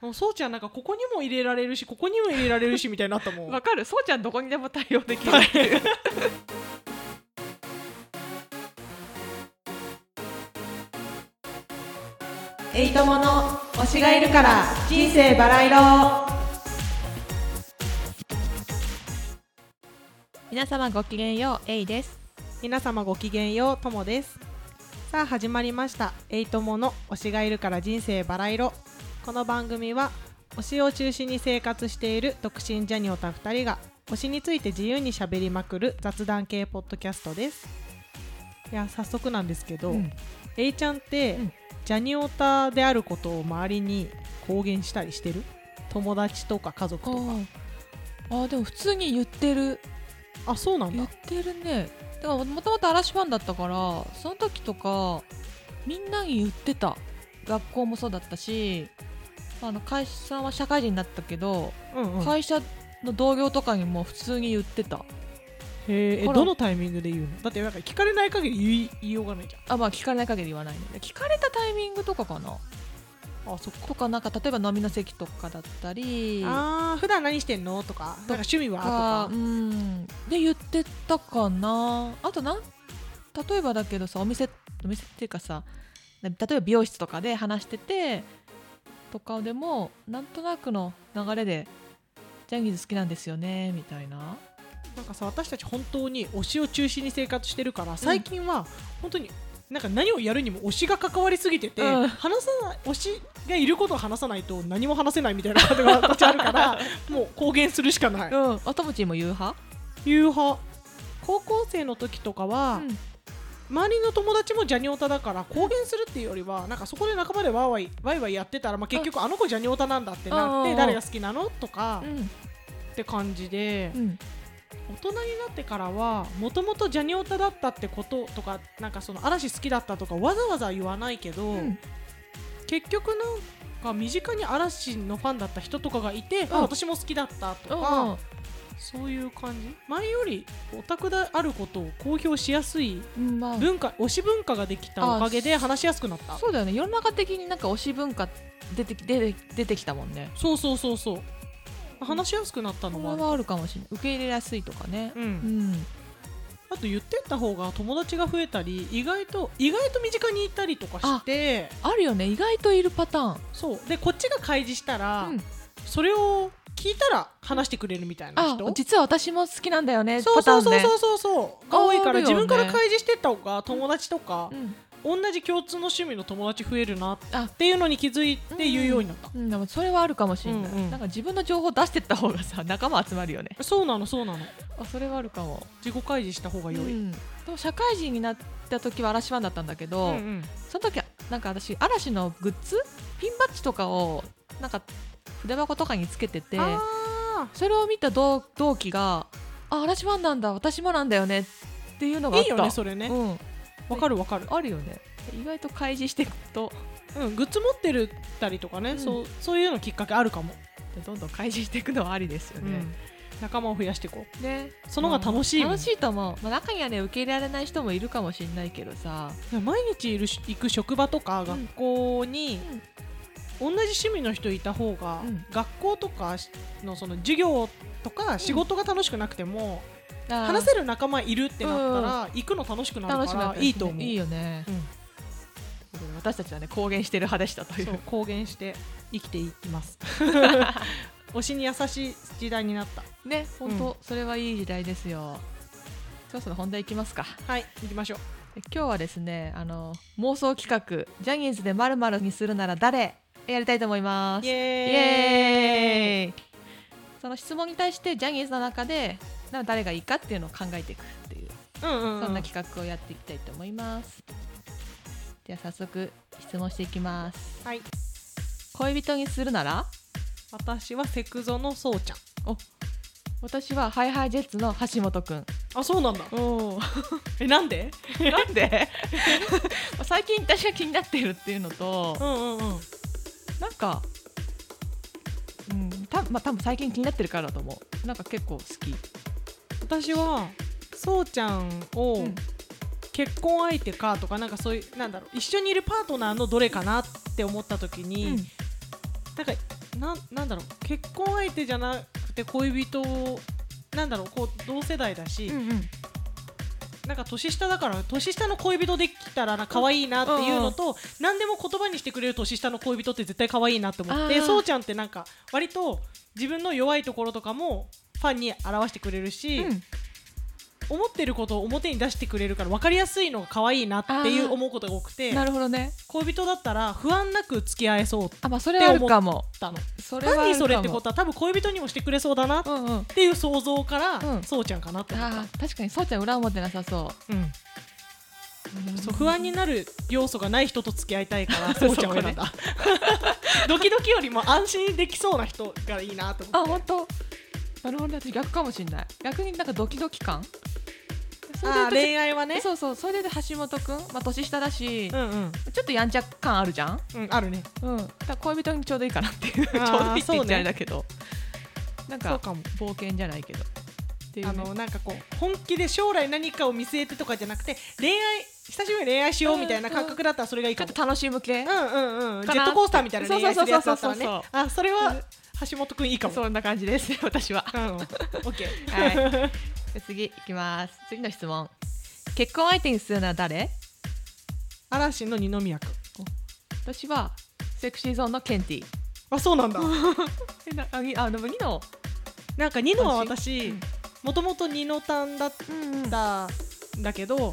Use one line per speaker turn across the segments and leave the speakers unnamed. もうそうちゃんなんかここにも入れられるしここにも入れられるしみたいになったもん
わかるそうちゃんどこにでも対応できるっ ていう
エイトモの推しがいるから人生バラ色
皆様ごきげんようエイです
皆様ごきげんようともですさあ始まりました「エイトモの推しがいるから人生バラ色」この番組は推しを中心に生活している独身ジャニオタ2人が推しについて自由にしゃべりまくる雑談系ポッドキャストですいや早速なんですけど、エイちゃんって、
うん
ジャニオタであることを周りに公言したりしてる友達とか家族とか
あーでも普通に言ってる
あそうなん
言
だ
ってるねでももともと嵐ファンだったからその時とかみんなに言ってた学校もそうだったしあの会社さんは社会人だったけど、
うんうん、へ
会社の同僚とかにも普通に言ってた
ええ
ほら
どのタイミングで言うのだってなんか聞かれない限り言い言いようがないじ
あまあ聞かれない限り言わないね聞かれたタイミングとかかな
ゃんあそっか
とかなんか例えば飲みの席とかだったり
あー普段何してんのとかなんか趣味はと
か
か
うんで言ってたかなあとなん例えばだけどさお店お店っていうかさな例えば美容室とかで話しててとかでもなんとなくの流れで「ジャニーズ好きなんですよね」みたいな
なんかさ私たち本当に推しを中心に生活してるから最近は本当になんか何をやるにも推しが関わりすぎてて、
うん
話さない推しがいることを話さないと何も話せないみたいなことが私あるから もう公言するしかない。
うんあともちんも言う派
夕派高校生の時とかは、
うん
周りの友達もジャニオタだから公言するっていうよりはなんかそこで仲間でワーワイワイワイやってたら、まあ、結局あの子ジャニオタなんだってなっ
あ
て
ー
誰が好きなのとか
うん
って感じで
うん
大人になってからはもともとジャニオタだったってこととかなんかその嵐好きだったとかわざわざ言わないけど、
うん
結局なんか身近に嵐のファンだった人とかがいて、
ん
あ私も好きだったとか。そういう感じ前よりオタクであることを公表しやすい
うんまあ
文化推し文化ができたおかげで
あ
話しやすくなった
そうだよね世の中的になんか推し文化出てき出て出てきたもんね
そうそうそうそう話しやすくなったの
それ
もある
はあるかもしれない受け入れやすいとかね
う、
うんん
あと言ってった方が友達が増えたり意外と意外と身近にいたりとかして
あるよね意外といるパターン
そうでこっちが開示したら、
うん
それを聞いたら話してくれるみたいな
あ
人
実は私も好きなんだよね
そう
パタ
そ
ー
う
ン
そうそ
ね
うそうそうが多いから
あるよ
自
ね
分から開示してった方が友達とか、
うん
同じ共通の趣味の友達増えるなっ
あ
ていうのに気づいて言うようになった、
うんでもそれはあるかもしれない、
うんうん
なんか自分の情報出してった方がさ 仲間集まるよね
そうなのそうなの
あそれはあるかも、
自己開示した方が
う
良い、
ん、でも社会人になった時は嵐ファンだったんだけ
う
ど、
んうん
その時はなんか私嵐のグッズピンバッジとかをなんか筆箱とかにつけてて
あ
それを見た同同期が「あ嵐ファンなんだ私もなんだよね」っていうのが
ーい
あっ
い
た
よねそれねわ、
うん、
かるわかる、
あるよね意外と開示していくと
うん、グッズ持ってるたりとかね、
うん
そうそういうのきっかけあるかも、
どんどん開示していくのはありですよね、
仲間を増やしていこう
ね
その方が楽しいもん
楽しいと思う、まあ、中にはね受け入れられない人もいるかもしれないけどさ
いや毎日いるし行く職場とか学校に、同じ趣味の人いた方が、
うん
学校とかのその授業とか仕事が楽しくなくても、話
る
せる仲間いるってなったら、行くの楽しくなるからいいと思う
いいよね
うん
私たちはね公言してる派でしたとい
そうう公言して生きていきます 推しに優しい時代になった
ね本当、それはいい時代ですよそろそろ本題いきますか
はい行きましょう
で今日はですねあの妄想企画「ジャニーズでまるにするなら誰?」やりたいと思います
イエ
イ
ーイ
エーイその質問に対してジャニーズの中でな誰がいいかっていうのを考えていくっていう、
うんうん、うん、
そんな企画をやっていきたいと思いますでは早速質問していきます
はい
恋人にするなら
私はセクゾのそうちゃん
私はハイハイジェッツの橋本くん
あそうなんだ
お
えなんで
なんで 最近私が気になってるっていうのと
うんうんうん
なんかうんたまあ多分最近気になってるからだと思うなんか結構好き
私はそうちゃんを
うん
結婚相手かとかなんかそういうなんだろう一緒にいるパートナーのどれかなって思った時に、
うん
なんかななんだろう結婚相手じゃなくて恋人をなんだろうこう同世代だし、
うんうん
なんか年下だから年下の恋人できたらな可愛いなっていうのと、何でも言葉にしてくれる年下の恋人って絶対可愛いなって思っ
あ
て
ー
そうちゃんってなんか割と自分の弱いところとかもファンに表してくれるし、
うん
思ってることを表に出してくれるから分かりやすいのが可愛いなってい
あー
う思うことが多くて
なるほどね
恋人だったら不安なく付き合えそうだ
あまあそれはあるかも
ったの。
それはあるかも
何それってことは多分恋人にもしてくれそうだなっ
うんうんあ
ていう想像から、
うん
そうちゃんかなって思った
あー確かにそうちゃん裏表なさそ
うん、
う
そう不安になる要素がない人と付き合いたい からそうちゃんを選んだ、 ドキドキよりも安心できそうな人がいいなと
あ
思って
本当なるほどね私逆かもしれない逆になんかドキドキ感それで
あー
私
恋愛はね
そうそうそれで橋本くん、まあ、年下だし、
うんうん
ちょっとやんちゃ感あるじゃん、
うんあるね
うん、だから恋人にちょうどいいかなっていうちょう
あー
どいいって言っちゃあ
そうね
れだけど、なん
そう
か
かも
冒険じゃないけどっていう
あ
ね、
のなんかこう本気で将来何かを見据えてとかじゃなくて恋愛久しぶりに恋愛しようみたいな感覚だったらそれがいい
ちょ
か
っ
も
と楽しむ系、
うんうんうんジ
かな
ェットコースターみたいな恋愛するやつだったらね
そうそうそうそう
あそれは橋本くんいいかも
そんな感じです 私は、
うん、オッケー。
はい、じゃあ次いきます次の質問結婚相手にするのは誰
嵐の二宮君。
私はセクシーゾーンのケンティ
あ、そうなんだ。
えなあぎあでもぎの
なんかニノは
う
私
ん、
もともとニノタンだっ
うんうん
たんだけど、
ん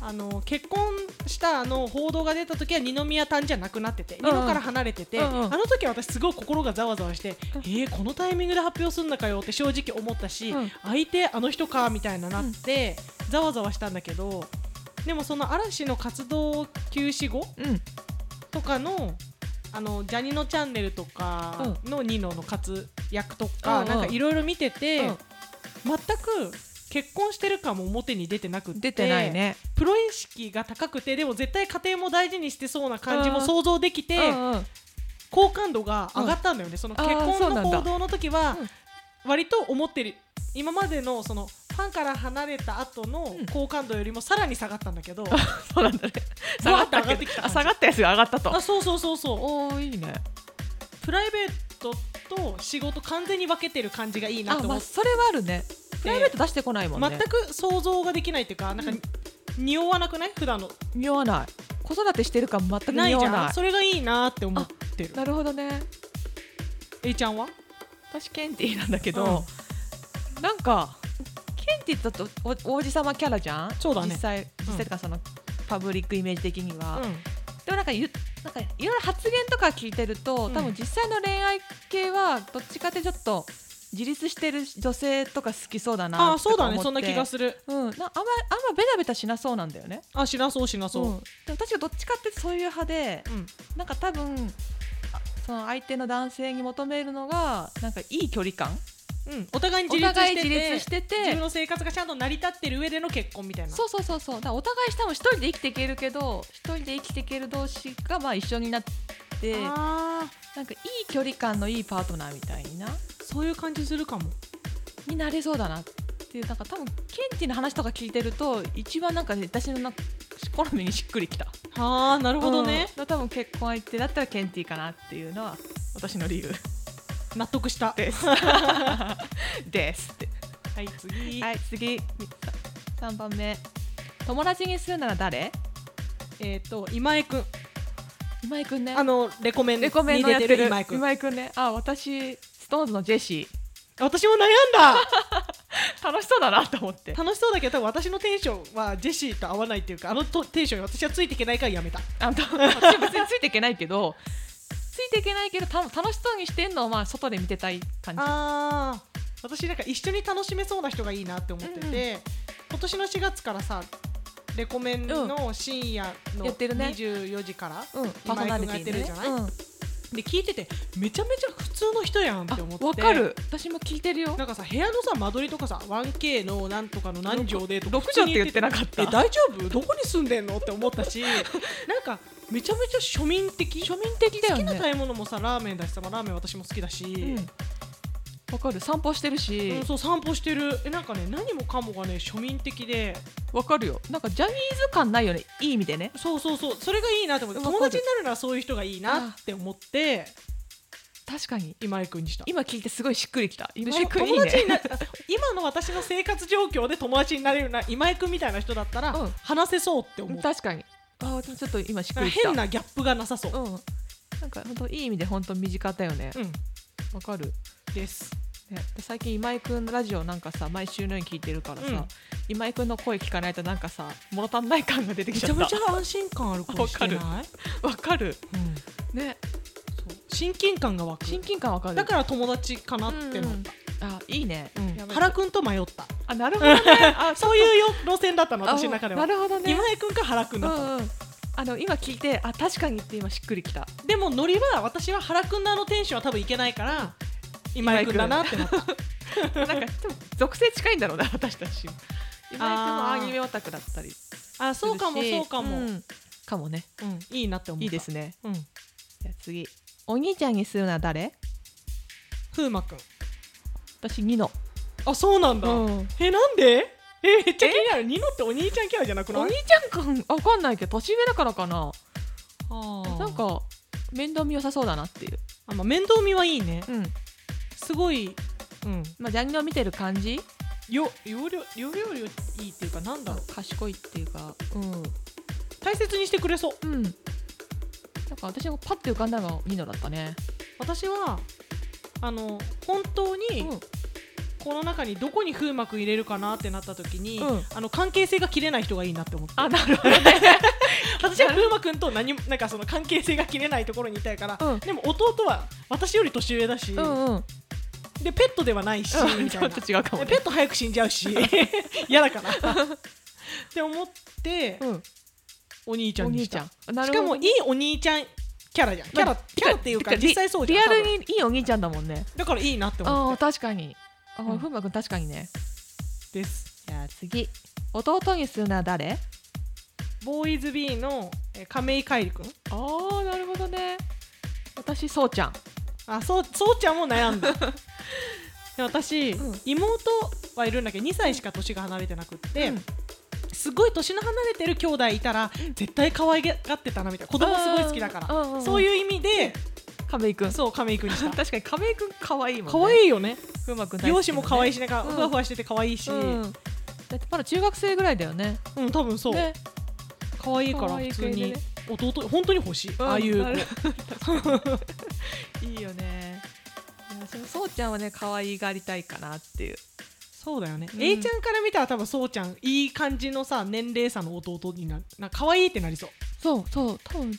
あの結婚したあの報道が出た時は二宮タンじゃなくなってて、
ん
ニノから離れてて、
うんうん
あの時は私すごい心がざわざわして、えー、このタイミングで発表すんのかよって正直思ったし、
うん
相手あの人かみたいななって、ざわざわしたんだけど、でもその嵐の活動休止後、
うん
とかのあのジャにのチャンネルとかのニノの活躍とか、
うんうん
なんかいろいろ見てて、
うん
全く結婚してる感も表に出てなくて
出てないね
プロ意識が高くてでも絶対家庭も大事にしてそうな感じも
うん
想像できて、
うんうん
好感度が上がったんだよね、その
あー
結
そう
婚
な
の
んだ
報道の時は
うん
割と思ってる今までのそのファンから離れた後の
うん
好感度よりもさらに下がったんだけ ど、
そうなんだね。
ぶ
下
わっ
がってた
上が
け
ってきた感
あ
じ
下がったやつが上がったと
あ。そうそうそうそう
おおいいね。
プライベートと仕事完全に分けてる感じがいいな
あ
と
ま
思
あ
っ
それはあるね。プライベート出してこないもん
て、
ね
全。く想像ができないっていうかなんか、
うん
匂わなくない普段の
匂わない。子育てしてる感全く
ない
匂
じ
わ
ゃん
ない。
それがいいなって思ってる
なるほどね。
A ちゃんは
私ケンティなんだけど、なんかケンティだとお王子様キャラじゃん。
そうだね
実際実際とかその、パブリックイメージ的には。
う
でもなんかゆなんかいろいろ発言とか聞いてると、
うん
多分実際の恋愛系はどっちかってちょっと自立してる女性とか好きそうだ
ん、
な
ああそうだね
とか
そん
思って
な気がする
うん、なあんまあんまベタベタしなそうなんだよね。
あしなそうしなそう、うん
ん、で私はどっちかってそういう派で、なんか多分あその相手の男性に求めるのがなんかいい距離感。
うんお互いに
お
自立
互
し
い
て
自
て
立してて、
自分の生活がちゃんと成り立ってる上での結婚みたいな
そうそうそうそう。だからお互い多分一人で生きていけるけど、一人で生きていける同士がまあ一緒になって、な
あ
んかいい距離感のいいパートナーみたいな
ーそういう感じするかも
になれそうだなっていうなんか多分ケンティの話とか聞いてると一番なんか私のな好みにしっくりきた。
ああなるほどね、
うん、多分結婚相手だったらケンティかなっていうのは私の理由
納得した
です ですって
はい次、
はい次3番目友達にするなら誰
えっ、と今江くん
今井くんね
あのレコメンに
レコメンのや
出
って
てる
る
今井くん
今井くんねあ私ストーンズのジェシ
私も悩んだ
ー楽しそうだなと思って
楽しそうだけど多分私のテンションはジェシーと合わないっていうかあのとテンションに私はついていけないからやめた
あの 私別についていけないけどついていけないけどた楽しそうにしてんのをまあ外で見てたい感じ
あー私なんか一緒に楽しめそうな人がいいなって思ってて、
うんうん
今年の4月からさレコメンの深夜の
やってるね
24時から、
うんパーソナリテ
今井くんが
ィ、ね、
やってるじゃない
うん
で聞いててめちゃめちゃ普通の人やんって思って
あわかる私も聞いてるよ
なんかさ部屋のさ間取りとかさ 1K のなんとかの何畳でとか
6畳って言ってなかった
え大丈夫どこに住んでんのって思ったし なんかめちゃめちゃ庶民的
庶民的だよね
好きな食べ物もさラーメンだしさ、まあ、ラーメン私も好きだし、
うんわかる散歩してるし
うんそう散歩してるえなんかね何もかもがね庶民的で
わかるよなんかジャニーズ感ないよねいい意味でね
そうそうそうそれがいいなって思って
わかる
友達になるならそういう人がいいなって思って
確かに
今井くんにした
今聞いてすごいしっくりきた今
でし
井
ょ
くんいい
友達
ね
にな 今の私の生活状況で友達になれるな今井君みたいな人だったら
うん
話せそうって思う、
確かにああちょっと今しっくりきた
変なギャップがなさそう、
うんなんか本当いい意味で本当身近だよね
うん、
わかる
です
ね、で最近今井くんのラジオなんかさ毎週のように聞いてるからさ、
うん
今井くんの声聞かないとなんかさ物足んない感が出てき
め
ちゃ
ち
っ
ゃ
た
めちゃ安心感ある声してない、
わわかる
うん
ね
親近感が湧く
親近感わかる
だから友達かなっ
うん
ての、
あいいね、
うん
やばい
原くんと迷った
あなるほど ねあ
そう
う
いうよ路線だったの私の中では
なるほどね
今井くんか原くん
う
だったの、
んうんあの今聞いてあ確かにって今しっくりきた
でもノリは私は原くんのあのテンションは多分いけないから今井くんだなってなった
なんかでも属性近いんだろうな私たち今井くんも
あー
アニメオタクだったりするし
あそうかもそうかも、うん
んかもね
いいなって思った
いいですね
うん
じゃあ次お兄ちゃんにするのは誰
風磨くん
私ニノ
あそうなんだ、
うん
えなんでえめっちゃ気になるニノってお兄ちゃんキャラじゃなく
お
な
兄
い
ちゃんかんわかんないけど年上だからかな
な
なんか面倒見良さそうだなっていう、
あ、まあ、面倒見はいいね
うん
すごいうん
まあ、ジャンルを見てる感じ
よ容量容量よりいいっていうかなんだろう
賢いっていうか
大切にしてくれそう
うんうんなんか私がパッて浮かんだのがニノだったね、
私はあの本当に
うん
この中にどこに風磨くん入れるかなってなった時に、
うん
あの関係性が切れない人がいいなって思って
あなるほどね
私は風磨くんと何もなんかその関係性が切れないところにいたいから、
うん
でも弟は私より年上だし、
うんうん
でペットではないし、み
ち
た
ょ
い
っ
な
と違うかも、
ペ
ね
ット早く死んじゃう し嫌だからって思って、
うん、
お兄ちゃ
お
んに
兄
し
ち
た
ゃんな
し
る
か
ほ
も
ど
いいお兄ちゃんキャラじゃんキャ
ま
ラ
あ
キャラっていうか
て
実際そうじゃん
リリアル
多分
にいいお兄ちゃんだもんね
だからいいなって
あ
思
あ
って
確かにあ
うん
風磨君確かにね
です
じゃあ次弟にするのは誰
ボーイズ B のえー亀井海里くん
ああなるほどね私そうちゃん
あそうそうちゃんも悩 んだで私、
うん
妹はいるんだけど2歳しか年が離れてなくって、
うん
すごい年の離れてる兄弟いたら絶対可愛がってたなみたいな子供すごい好きだから、
ら
そう
う
いう意味で、
亀井くん
そう亀井くんにした
確かに亀井くん可愛いもんね
可愛いよね
風磨くん大好きだね
容姿も可愛いしなんか
うん
ふわふわしてて可愛いし、
う
うん
んだってまだ中学生ぐらいだよね
多分そう、
ね
可愛いから普通に、弟本当に欲しい、
可
ああ
愛
い
い子
う
だ
子
ねうんいいよねいや私もそうちゃんはね可愛がりたいかなっていう
そうだよね、
うん
A ちゃんから見たら多分そうちゃんいい感じのさ年齢差の弟になるなんか可愛いってなりそう
そうそう多分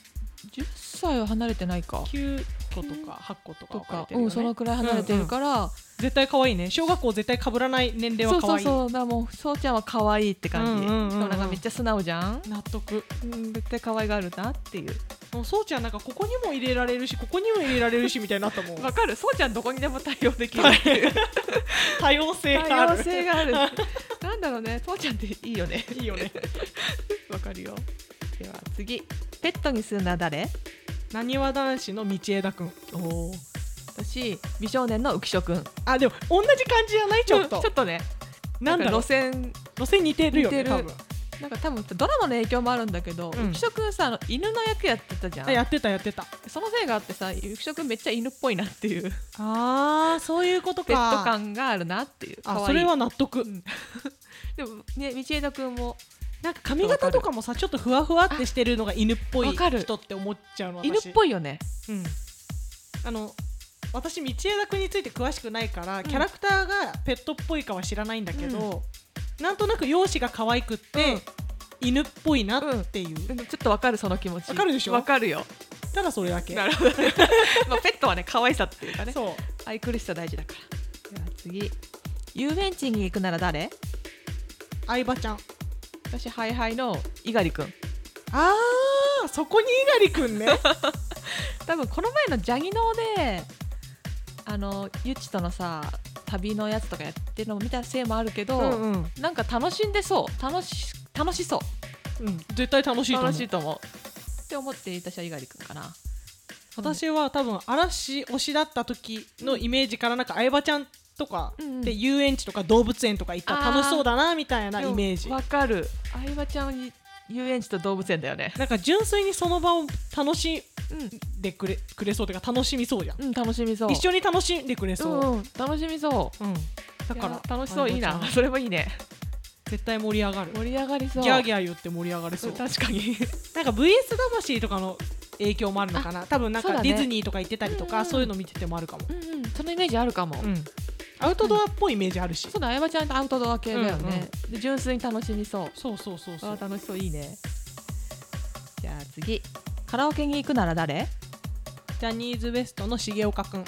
10歳は離れてないか
9個とか8個とか
と
分かれ
か、
てる
う
よ、ね
ん、そのくらい離れてるから、
絶対可愛いね小学校絶対被らない年齢
そう
は可
そう
愛い
そうだからもうそうちゃんは可愛いって感じ、
うんうんうんうん
しかもなんかめっちゃ素直じゃん、
納得
うん、絶対可愛がるなっていう
もうそうちゃんなんかここにも入れられるしここにも入れられるしみたいになったもん
わかるそうちゃんどこにでも対応で きるっていう
多様性が
多
あ
様
る
性があ るなんだろうねそうちゃんっていいよね
いいよね
わかるよでは次ペットにするのは誰
なにわ男子の道枝くんお
私美少年の浮所くん
あでも同じ感じじゃないちょっ
う
と
んちょっとね
なんだろう
か路線
路線似てるよ
似
ね
てる
多分
なんか多分ドラマの影響もあるんだけど、
うん
浮所くんさあの犬の役やってたじゃ
あや
ん
ってたやってた
そのせいがあってさ浮所くんめっちゃ犬っぽいなっていう
あーそういうことか
ペット感があるなっていう可愛
あ
い
それは納得、
でもね道枝くんも
なんか髪型とかもさちょっとふわふわってしてるのが犬っぽい
わかる
人って思っちゃうの私
犬っぽいよね
うん、あの私道枝君について詳しくないから、キャラクターがペットっぽいかは知らないんだけど、なんとなく容姿が可愛くって、犬っぽいなっていう、
でもちょっとわかるその気持ち
わかるでしょ
わかるよ
ただそれだけ
なるほど、 まあ、ペットはね可愛さっていうかね
そう
愛くるしさ大事だからでは次遊園地に行くなら誰
相葉ちゃん
私ハイハイの猪狩くん
あーそこに猪狩くんね
多分この前のジャギノーであのゆっちとのさ旅のやつとかやってるのを見たせいもあるけど、
うん、うん
なんか楽しんでそう楽し楽しそう
うん、絶対楽しいと思う
楽しいと思うって思っていたしは猪狩くんかな
私は多分嵐推しだった時のイメージからなんか相葉ちゃんとか
うん
で遊園地とか動物園とか行ったら楽しそうだなみたいな
でも
イメージ
わかる相葉ちゃんに遊園地と動物園だよね
なんか純粋にその場を楽し
うん
でくれくれそうというか楽しみそうじゃん
ん、うん、楽しみそう
一緒に楽しんでくれそう、
うんうん、楽しみそ
うんだか
うい
ら
や楽しそういい
あの
な
ちゃん
それもいいね
絶対盛り上がる
盛り上がりそう
ギャーギャー言って盛り上がれそう
うん
確か になんか VS 魂とかの影響もあるのかな多分なん
そう
か
だね
ディズニーとか行ってたりと
うん
か
うん
そういうの見ててもあるかも、
うんうんそのイメージあるかも、
うんアウトドアっぽいイメージあるし、
そうだ相葉ちゃんってアウトドア系だよね、
う
で純粋に楽しみそう
そうそうそうそう
あー楽しそういいねじゃあ次カラオケに行くなら誰
ジャニーズ WEST の重岡 くん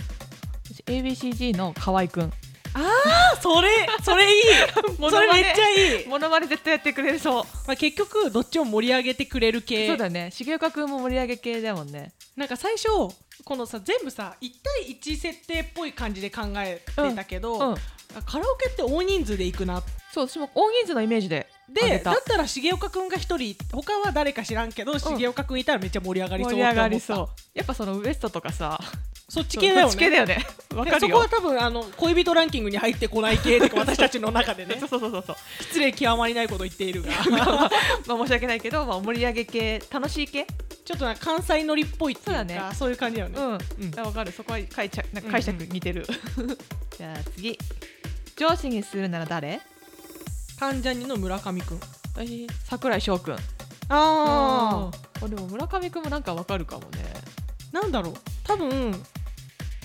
私 ABCG の河 合くん
あそれ それいいそれめっちゃいい、
モノマネ絶対やってくれそう
まあ、結局どっちも盛り上げてくれる系
そうだね重岡くんも盛り上げ系だもんね
なんか最初このさ全部さ1対1設定っぽい感じで考えてたけど、
うん
カラオケって大人数で行くな
そう私も大人数のイメージであげ
で
た
だったら重岡くんが1人他は誰か知らんけど、重岡くんいたらめっちゃ盛り上がりそう
盛
って
り
思
上
った
がりそうやっぱそのウエストとかさ
そっち系だよ
そっち系だ
ね
よねわか
そ
る
こ
よ
は多分あの恋人ランキングに入ってこない系とか私たちの中でね
そうそうそうそうそう
失礼極まりないこと言っているが
まあ申し訳ないけど、まあ、盛り上げ系楽しい系
ちょっとなんか関西乗りっぽいっていうか
そ
そうう,、
だ
いう感じ
ね
だよね、
うん、
うん
あわかるそこは解釈なんか解釈似てる、 じゃあ次上司にするなら誰
関ジャニの村上くん
私桜井翔くん
ああ
あでも村上くんもなんかわかるかもね
なんだろう多分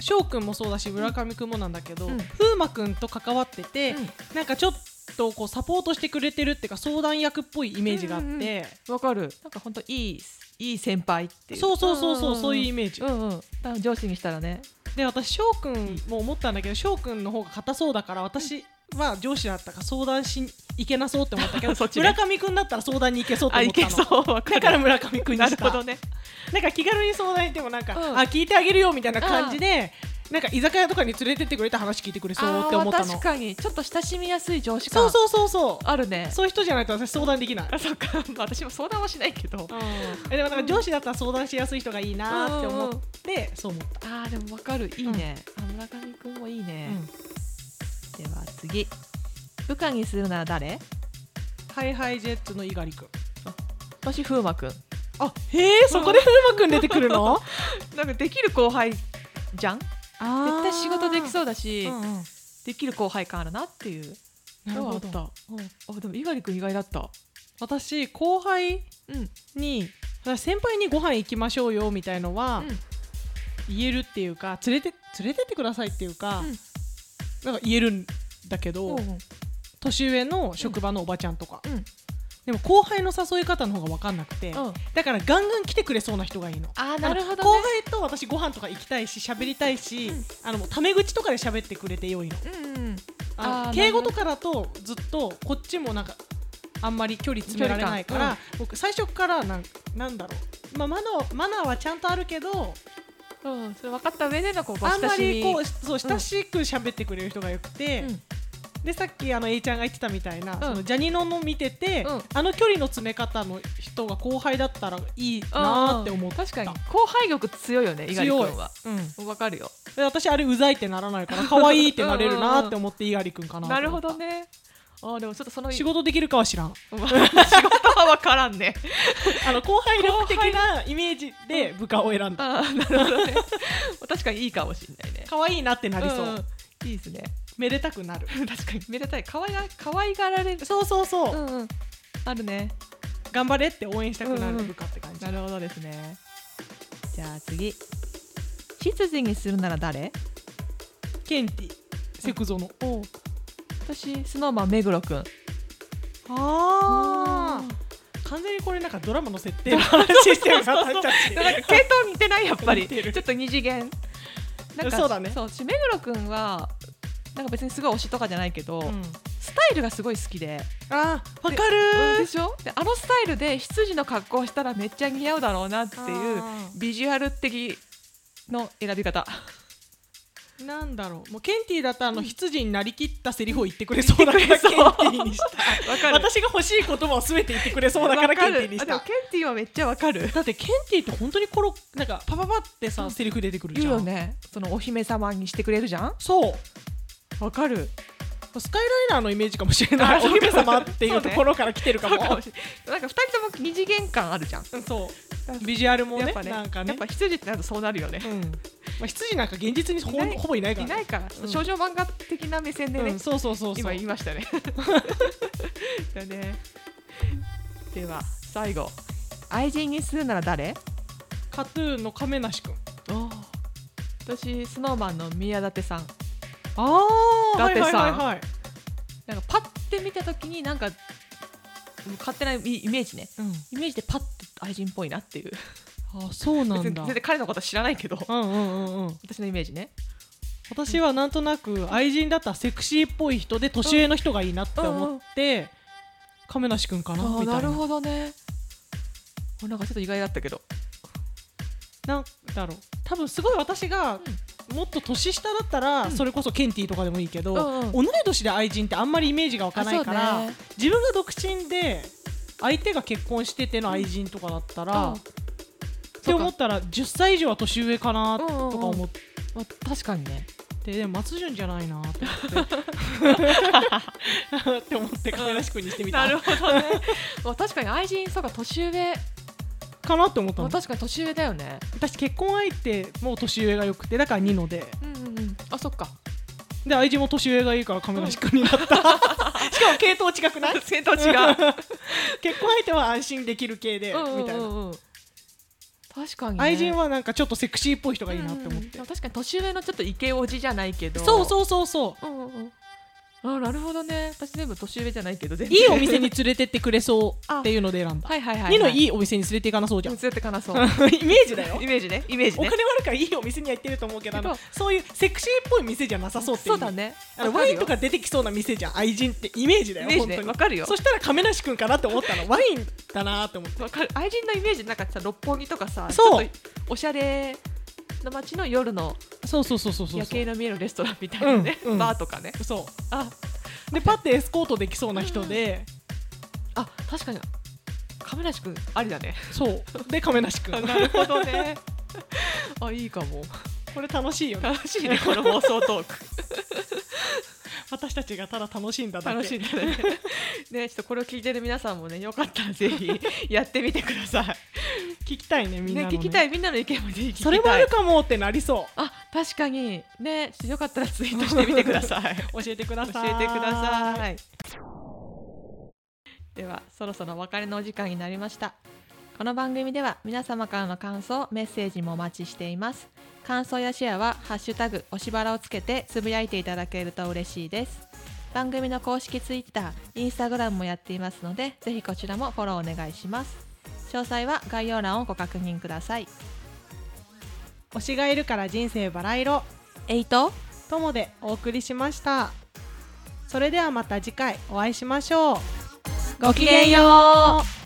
翔くんもそうだし村上くんもなんだけど、
うん
風磨くんと関わってて、
う
なんかちょっとこうサポートしてくれてるっていうか相談役っぽいイメージがあって、
うんうんわかるなんかほんといいいい先輩っていう
そうそうそうそう、そういうイ
メ
メージ、
うんうん多分上司にしたらね
で私翔くんも思ったんだけど翔くんの方が硬そうだから私は上司だったから相談しに行けなそうって思ったけど
そっちね
村上くんだったら相談に行けそうと
あ
思
い
った
け
の
そうわか
だ
る
から村上くんに
な
し
る
た
ほどね
なんか気軽に相談行ってもなんか、
うん
あ聞いてあげるよみたいな感じでなんか居酒屋とかに連れてってくれた話聞いてくれそうって思った
あー
の
確かにちょっと親しみやすい上司感
そうそうそうそ
あるね
うそういう人じゃないと私相談できない
あそっか、 まあ、私も相談はしないけど
えでもなんか上司だったら相談しやすい人がいいなーって思ってそう思った、
あーでもわかるいいね、あ村上くんもいいね、では次部下にするなら誰
ハイハイジェッツの猪狩君
私風磨くん
あへえそこで風磨君出てくるの
なんかできる後輩じゃん絶
絶
対仕事でき
う
そうだし、
んうん
できる後輩感あるなっていう
なるほ
の
ど
はあったあでも猪狩くん意外だった
私後輩
うん、うん、
に私先輩にご飯行きましょうよみたいのは言えるっていうか連れて連れてってくださいっていうか、
うん
なんか言えるんだけど、
うんうん
年上の職場のおばちゃんとか、
うん
でも後輩の誘い方の方が分かんなくて、
うん
だからガンガン来てくれそうな人がいいの。
あーなるほどね
あの後輩と私ご飯とか行きたいし喋りたいし、
うん
あのもうタメ口とかで喋ってくれてよいの
うんうん
あの
あー
敬語とかだとずっとこっちもなんかあんまり距離詰められないから、
距離
僕最初からなんなんだろう、まあ、マナーマナーはちゃんとあるけど
うんそれ分かった上でのこう
あんまりこう
し
そう親しく喋ってくれる人がよくて、
うん
でさっきあの A ちゃんが言ってたみたいな、
ん
そのジャニノの見てて、
うん
あの距離の詰め方の人が後輩だったらいいなーって思った、
確かに後輩力強いよね猪狩
強い
くんは、
うん
分かるよ
で私あれうざいってならないから可愛いってなれるなーって思って猪狩君かな
なるほ
と思
ど
っ
ねあーでもちょっとその
た仕事できるかは知らん
仕事は分からんね
あの後輩力的なイメージで部下を選んだ
あーなるほどね確かにいいかもしれない ね
可愛いなってなりそう、
うんいいですね
めでたく なる
確かにめでたい可愛が可愛がられる
そうそうそう、
んうんあるね
頑張れって応援したくな
うんう
る
ん
部下って感じ、
なるほどですねじゃあ次執事にするなら誰
ケンティセクゾの
お私スノーマン目黒くん
あ
うん
ー完全にこれなんかドラマの設定の話してるから
そうそうそう
私たち
なんか系統似てないやっぱり
似
ち
て
ょ
る
っと二次元なんか
そうだね
そうし目黒くんはなんか別にすごい推しとかじゃないけど、
うん
スタイルがすごい好きで
あーわか
うんで
る
しょであのスタイルで羊の格好をしたらめっちゃ似合うだろうなっていう
あ
ビジュアル的の選び 方
ーなんだろうもうケンティだったらあの羊になりきったセリフを言ってくれそうだからケ
言っ
ン
て
テ
くれそう
ィにした
わか
私が欲しい言葉をすべて言ってくれそうだからケンティにした
わかるあでもケンティはめっちゃわかる
だってケンティって本当にコロなんかパパパってさセリフ出てくる
言
じ
う
ゃん
よねそのお姫様にしてくれるじゃん
そう
わかる
スカイライナーのイメージかもしれない
あ
お
そうか
姫様ってい
そううね
ところから来てるか
そう
も
かもしれないなんか二人とも二次元感あるじゃん
うんそうビジュアルも
や
ね
っぱね
なんか
や
ね
っぱ羊ってなるとそうなるよね
うんまあ、羊なんか現実にほ
いない
ほぼいないか
い
らね
ないから、
うん
少女漫画的な目線でね、
うん、そうそうそうそう
今言い ましたねだねでは最後愛人にするなら誰
カトゥーンの亀梨君
私スノーマンの宮舘さん
ああはい
舘
はい
さん
はいはい
なんかパッて見た時になんか勝手なイイメージねイメージでパッて愛人っぽいなっていう
あそうな
別
ん
に
だ
全然彼のことは知らないけど
うんうんうんうん
私のイメージね
私はなんとなく愛人だったらセクシーっぽい人で年上の人がいいなって思って、亀梨君かなみたいな
どねなんかちょっと意外だったけど
なんだろう多分すごい私がもっと年下だったら、
うん
それこそケンティーとかでもいいけど、
うんうん
同い年で愛人ってあんまりイメージが湧かないから、自分が独身で相手が結婚してての愛人とかだったら、っ
って
思ったら10歳以上は年上かなとか思って、
確かにね
でも松潤じゃないなと 思ってって思って亀梨君にしてみた、
なるほどねまあ確かに愛人そうか年上
かなって思った
ま
の
あ確かに年上だよね
私結婚相手もう年上がよくてだからニノで
うんうんうんあそっか
で愛人も年上がいいから亀梨君にな った、しかも系統違く ない
戦闘違う
結婚相手は安心できる系で、
うんうんうんうん
みたいな
確かにね、
愛人はなんかちょっとセクシーっぽい人がいいなって思っ
うんうん
て、
でも確かに年上のちょっとイケオジじゃないけど
そうそうそうそう
うんうんうんあなるほどね私全部年上じゃないけど全 然
いいお店に連れてってくれ そうっていうので選んだ
はいはいはい、はい、
ニノ
い
いいお店に連れていかなそうじゃんイ
連れてかなそ う
メージだよ
イメージねイメージ
お
ね
金はあるからいいお店には行ってると思うけどあの
けど
そういうセクシーっぽい店じゃなさそうっていう
だね
あの
わ
ワ
る
イ
よ
ンとか出てきそうな店じゃん愛人ってイメージだ
イ
よ
メージね
本当
わ
に
かるよ
そしたら亀梨君かなって思ったのワインだなって思って
わかる愛人のイメージなんかさ六本木とかさ
そう
ちょっとおしゃれな街の夜の
そうそうそうそうそう
夜景の見えるレストランみたいなね、
うんうん
バーとかね
そ
あ
うでパッてエスコートできそうな人で、
あ確かに亀梨君ありだね
そうで亀梨君
なるほどね あいいかも
これ楽しいよね
楽しいねこの妄想トー ク
私たちがただ楽しんだだけ
楽しいんだ ねねちょっとこれを聞いてる皆さんもねよかったらぜ ひやってみてくださ
聞きたいね
い
みんな
ね
の、ね
聞きたいみんなの意見もぜひ聞きたい
それもあるかもってなりそ
あ確かにねちょっとよかったらツイートしてみてください
う教えてくだ
教えてく
さい
ださいではそろそろお別れのお時間になりましたこの番組では皆様からの感想メッセージもお待ちしています感想やシェアはハッシュタグおしばらをつけてつぶやいていただけると嬉しいです番組の公式ツイッターインスタグラムもやっていますのでぜひこちらもフォローお願いします詳細は概要欄をご確認ください
推しがいるから人生バラ色
えいと
ともでお送りしましたそれではまた次回お会いしましょう
ごきげんよう